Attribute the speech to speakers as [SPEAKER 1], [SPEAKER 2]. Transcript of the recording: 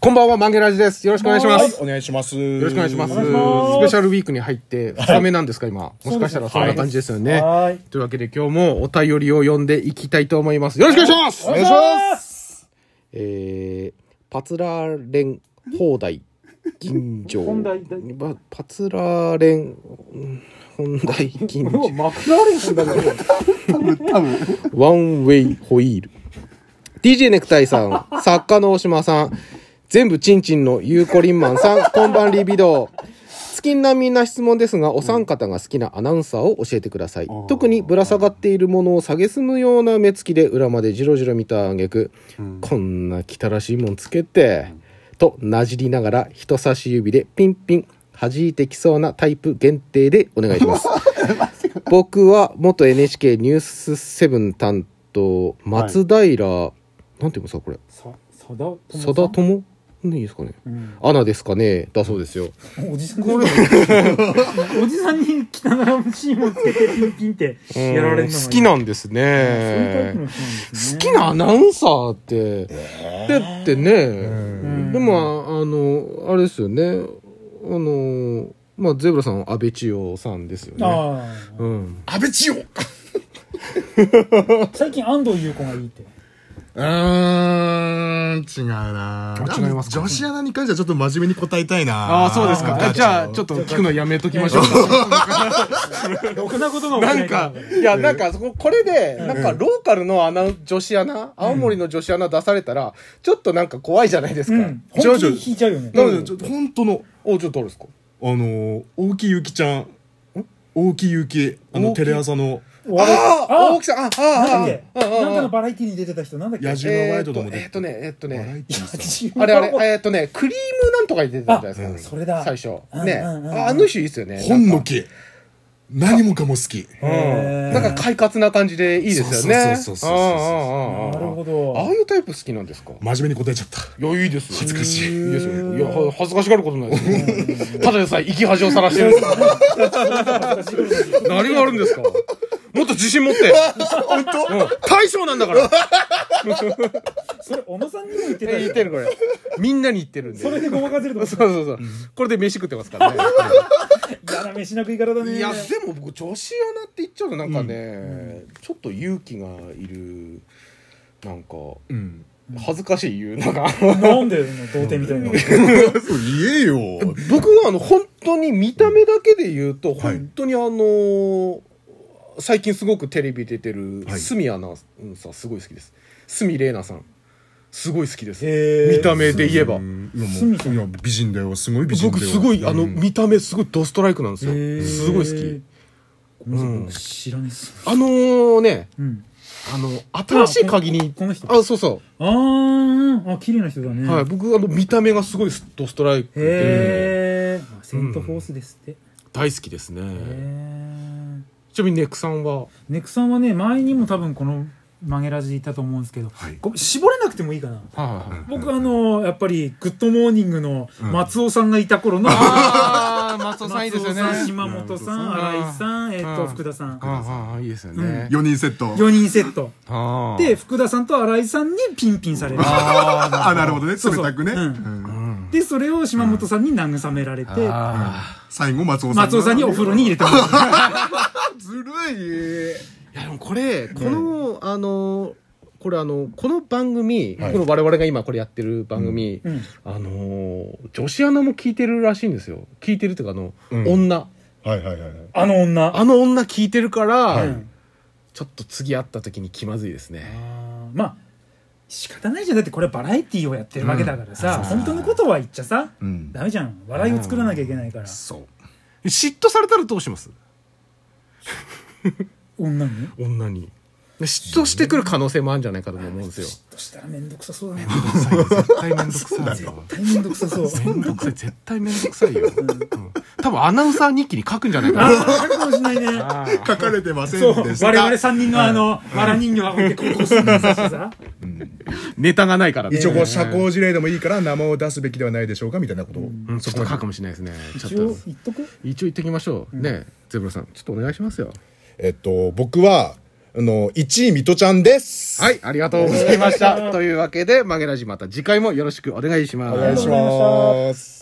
[SPEAKER 1] こんばんは、マンゲラジです。よろしくお願いしま
[SPEAKER 2] はい
[SPEAKER 1] す。、
[SPEAKER 2] お願いします。
[SPEAKER 1] よろしくお願いします。ス
[SPEAKER 2] はます
[SPEAKER 1] ペシャルウィークに入って、深めなんですか、今。もしかしたらそんな感じですよね。
[SPEAKER 3] はい
[SPEAKER 1] というわけで今日もお便りを読んでいきたいと思います。よろしくお願いします
[SPEAKER 2] お願いします。
[SPEAKER 1] えー、パツラーレン放題銀城
[SPEAKER 3] 本題だ
[SPEAKER 1] まパツラーレンうん本題銀
[SPEAKER 3] もう
[SPEAKER 1] 城
[SPEAKER 3] マクラーレンさんだから
[SPEAKER 1] ワンウェイホイール DJ ネクタイさん作家の大島さん全部チンチンのゆうこりんまんさんこんばんリビドー月並みな質問ですがお三方が好きなアナウンサーを教えてください、特にぶら下がっているものを蔑むような目つきで裏までじろじろ見た挙句、こんな汚らしいもんつけて、となじりながら人差し指でピンピン弾いてきそうなタイプ限定でお願いし ます僕は元 NHK ニュースセブン担当松平、なんていうんですかこれ
[SPEAKER 3] ささだ
[SPEAKER 1] 佐田友いいですかね
[SPEAKER 3] うん
[SPEAKER 1] アナですかねだそうですよ
[SPEAKER 3] おじさんにおじさんに汚らしいもんつけてピンピンってやられるのがいい
[SPEAKER 1] 好きなんです
[SPEAKER 3] そういうタイ
[SPEAKER 1] ね
[SPEAKER 3] プの人なんです
[SPEAKER 1] 好
[SPEAKER 3] ね
[SPEAKER 1] きなアナウンサーって、だってね、
[SPEAKER 3] ん
[SPEAKER 1] でもああのあれですよねあのまあゼブラさんは安倍千代さんですよね、
[SPEAKER 3] あ
[SPEAKER 1] うん、
[SPEAKER 2] 安倍千代
[SPEAKER 3] あ最近安藤優子がいいって
[SPEAKER 2] うーん、違うな
[SPEAKER 1] 違いますか
[SPEAKER 2] 女子アナに関してはちょっと真面目に答えたいな
[SPEAKER 1] じゃあちょっと聞くのやめときま しょう
[SPEAKER 3] ろくなことが
[SPEAKER 1] なんか、いや、なんか、そここれで、なんか、ローカルのアナ、女子アナ、青森の女子アナ出されたら、ちょっとなんか怖いじゃないです
[SPEAKER 3] う
[SPEAKER 1] か。
[SPEAKER 3] ん本気に引いちゃうよね
[SPEAKER 2] だからちょっと本当の、
[SPEAKER 1] お、ちょっとどうですか
[SPEAKER 2] あのー、大木ゆきちゃん。大木ゆき、あの、
[SPEAKER 1] 大木
[SPEAKER 2] テレ朝の
[SPEAKER 3] お笑い
[SPEAKER 1] ああ
[SPEAKER 3] あ
[SPEAKER 1] 大きさんああ
[SPEAKER 3] なんだっ
[SPEAKER 1] あ
[SPEAKER 3] け
[SPEAKER 1] あああ
[SPEAKER 3] なんかのバラエティに出てた人なんだっけ
[SPEAKER 2] 野獣
[SPEAKER 1] え
[SPEAKER 2] ワ
[SPEAKER 1] ー
[SPEAKER 2] イ
[SPEAKER 1] っ
[SPEAKER 2] ド
[SPEAKER 1] と、
[SPEAKER 2] でも
[SPEAKER 1] えーっとね、えーっと
[SPEAKER 2] バラエ
[SPEAKER 1] ね。
[SPEAKER 2] ティーさ
[SPEAKER 1] あれあれ、えーっとね、クリームなんとかに出てたじゃないですか。
[SPEAKER 3] あそれだ
[SPEAKER 1] 最初
[SPEAKER 3] う。ん
[SPEAKER 1] ね。
[SPEAKER 3] うんうんうん
[SPEAKER 1] ああの人いいっすよね。
[SPEAKER 2] 本
[SPEAKER 1] なん
[SPEAKER 2] の
[SPEAKER 1] か
[SPEAKER 2] 木。何もかも好き。
[SPEAKER 1] う
[SPEAKER 3] へ
[SPEAKER 1] ん
[SPEAKER 3] ー
[SPEAKER 1] なんか快活な感じでいいですよね。
[SPEAKER 2] そうそうそうそうそうそう
[SPEAKER 1] ああああああ
[SPEAKER 3] なるほど
[SPEAKER 1] ああいうタイプ好きなんですか
[SPEAKER 2] 真面目に答えちゃった。
[SPEAKER 1] いや、いいですよ。
[SPEAKER 2] 恥ずかしい
[SPEAKER 1] いいですよ。いや、は恥ずかしがることないですよ。ただでさえ、生き恥をさらしてるんですから何があるんですかもっと自信持って。本当うん。大将なんだから。
[SPEAKER 3] それ小野さんにも言ってた
[SPEAKER 1] 言っ
[SPEAKER 3] よ
[SPEAKER 1] てる、これ。みんなに言ってるんで。
[SPEAKER 3] それでごまかせると思っ
[SPEAKER 1] そうそうそう。これで飯食ってますから ね。
[SPEAKER 3] た嫌な飯の食い方だね
[SPEAKER 1] いや、でも僕、女子アナって言っちゃうとなんかね、ちょっと勇気がいる、なんか、
[SPEAKER 2] うん。
[SPEAKER 1] 恥ずかしい言う、なんか。
[SPEAKER 3] なんだよその童貞みたいな
[SPEAKER 2] そう、言えよ。
[SPEAKER 1] 僕はあの本当に見た目だけで言うと、
[SPEAKER 2] はい
[SPEAKER 1] 本当にあのー最近すごくテレビ出てる
[SPEAKER 2] はい
[SPEAKER 1] 鷲見アナウンサーすごい好きです鷲見玲奈さんすごい好きです、
[SPEAKER 3] へー
[SPEAKER 1] 見た目で言えば
[SPEAKER 2] うんいや
[SPEAKER 3] 住
[SPEAKER 2] も
[SPEAKER 3] 所
[SPEAKER 2] ういや美人だよすごい美人だ
[SPEAKER 1] 僕
[SPEAKER 2] よ
[SPEAKER 1] すごいあの
[SPEAKER 2] うん
[SPEAKER 1] 見た目すごいドストライクなんですよ
[SPEAKER 3] へー
[SPEAKER 1] すごい好き
[SPEAKER 3] ごめんなさい
[SPEAKER 1] うん
[SPEAKER 3] 僕知らないっす
[SPEAKER 1] あのーね
[SPEAKER 3] うん
[SPEAKER 1] あの新しい鍵に
[SPEAKER 3] あこの人
[SPEAKER 1] あそうそ
[SPEAKER 3] あーあ綺麗な人だ
[SPEAKER 1] う、
[SPEAKER 3] ね
[SPEAKER 1] はい僕あの見た目がすごいドストライクで
[SPEAKER 3] へえセントフォースですってへ
[SPEAKER 1] 大好きですね
[SPEAKER 3] え
[SPEAKER 1] ちなみにネクさんは
[SPEAKER 3] ネクさんはね前にも多分この曲げラジいたと思うんですけど
[SPEAKER 2] はい
[SPEAKER 3] ごめん絞れなくてもいいかな
[SPEAKER 1] はいはい
[SPEAKER 3] 僕あのやっぱり「グッドモーニング」の松尾さんがいた頃の
[SPEAKER 1] あー松尾さんいいですよね
[SPEAKER 3] 松尾さん島本さん
[SPEAKER 1] うん
[SPEAKER 3] 新井さんえっ
[SPEAKER 1] う
[SPEAKER 3] と
[SPEAKER 1] ん
[SPEAKER 3] 福田さん
[SPEAKER 1] ああいいですよね
[SPEAKER 3] ね。
[SPEAKER 2] 4人セット
[SPEAKER 3] 4人セット
[SPEAKER 1] あ
[SPEAKER 3] で福田さんと新井さんにピンピンされる
[SPEAKER 2] ああなるほどね
[SPEAKER 3] そう
[SPEAKER 2] 冷
[SPEAKER 3] そう
[SPEAKER 2] たくね
[SPEAKER 3] うん
[SPEAKER 2] うん
[SPEAKER 3] でそれを島本さんに慰められて
[SPEAKER 2] 最後松尾さんが
[SPEAKER 3] 松尾さんにお風呂に入れてもらう
[SPEAKER 2] ずるい
[SPEAKER 1] いやでもこれこの、あのこれあのこの番組、
[SPEAKER 2] はい
[SPEAKER 1] この我々が今これやってる番組、
[SPEAKER 3] うん
[SPEAKER 1] あのー女子アナも聞いてるらしいんですよ聞いてるっていうかあの、
[SPEAKER 2] うん
[SPEAKER 1] 女
[SPEAKER 2] はいはいはいはい
[SPEAKER 3] あの女
[SPEAKER 1] あの女聞いてるから、
[SPEAKER 2] は
[SPEAKER 3] う
[SPEAKER 2] い
[SPEAKER 3] ん
[SPEAKER 1] ちょっと次会った時に気まずいですね
[SPEAKER 3] あーまあ仕方ないじゃんだってこれバラエティーをやってるわけだからさ、
[SPEAKER 1] うん
[SPEAKER 3] 本当のことは言っちゃさ、
[SPEAKER 2] うん
[SPEAKER 3] ダメじゃん笑いを作らなきゃいけないから、
[SPEAKER 2] そう
[SPEAKER 1] 嫉妬されたらどうします
[SPEAKER 3] 女に
[SPEAKER 1] 女に嫉妬してくる可能性もあるんじゃないかとも思うんですよ
[SPEAKER 3] 嫉妬したら面倒くさそうだね
[SPEAKER 1] 絶対面倒くさいよ
[SPEAKER 3] 大変面倒くさそう
[SPEAKER 1] めんどくさい絶対めんどくさいよ、 うん、多分アナウンサー日記に書くんじゃないかな
[SPEAKER 3] あるかもしれないね
[SPEAKER 2] 書かれてませ
[SPEAKER 3] そうん
[SPEAKER 2] でした
[SPEAKER 3] 我々3人のあのわら人形がこうやってこうこうするんですよさ
[SPEAKER 1] ネタがないからね
[SPEAKER 2] 一応こう社交辞令でもいいから名前を出すべきではないでしょうかみたいなことを
[SPEAKER 1] うんちょっと書くかもしれないですね
[SPEAKER 3] 一
[SPEAKER 1] ちょ
[SPEAKER 3] 応
[SPEAKER 1] っと
[SPEAKER 3] 言っとく
[SPEAKER 1] 一応言ってきましょう、ねえゼブラさんちょっとお願いしますよ
[SPEAKER 2] えっと僕はあの、1位、ミトちゃんです。
[SPEAKER 1] はい、ありがとうございました。というわけで、曲げラジまた次回もよろしくお願いします。
[SPEAKER 2] お願いします。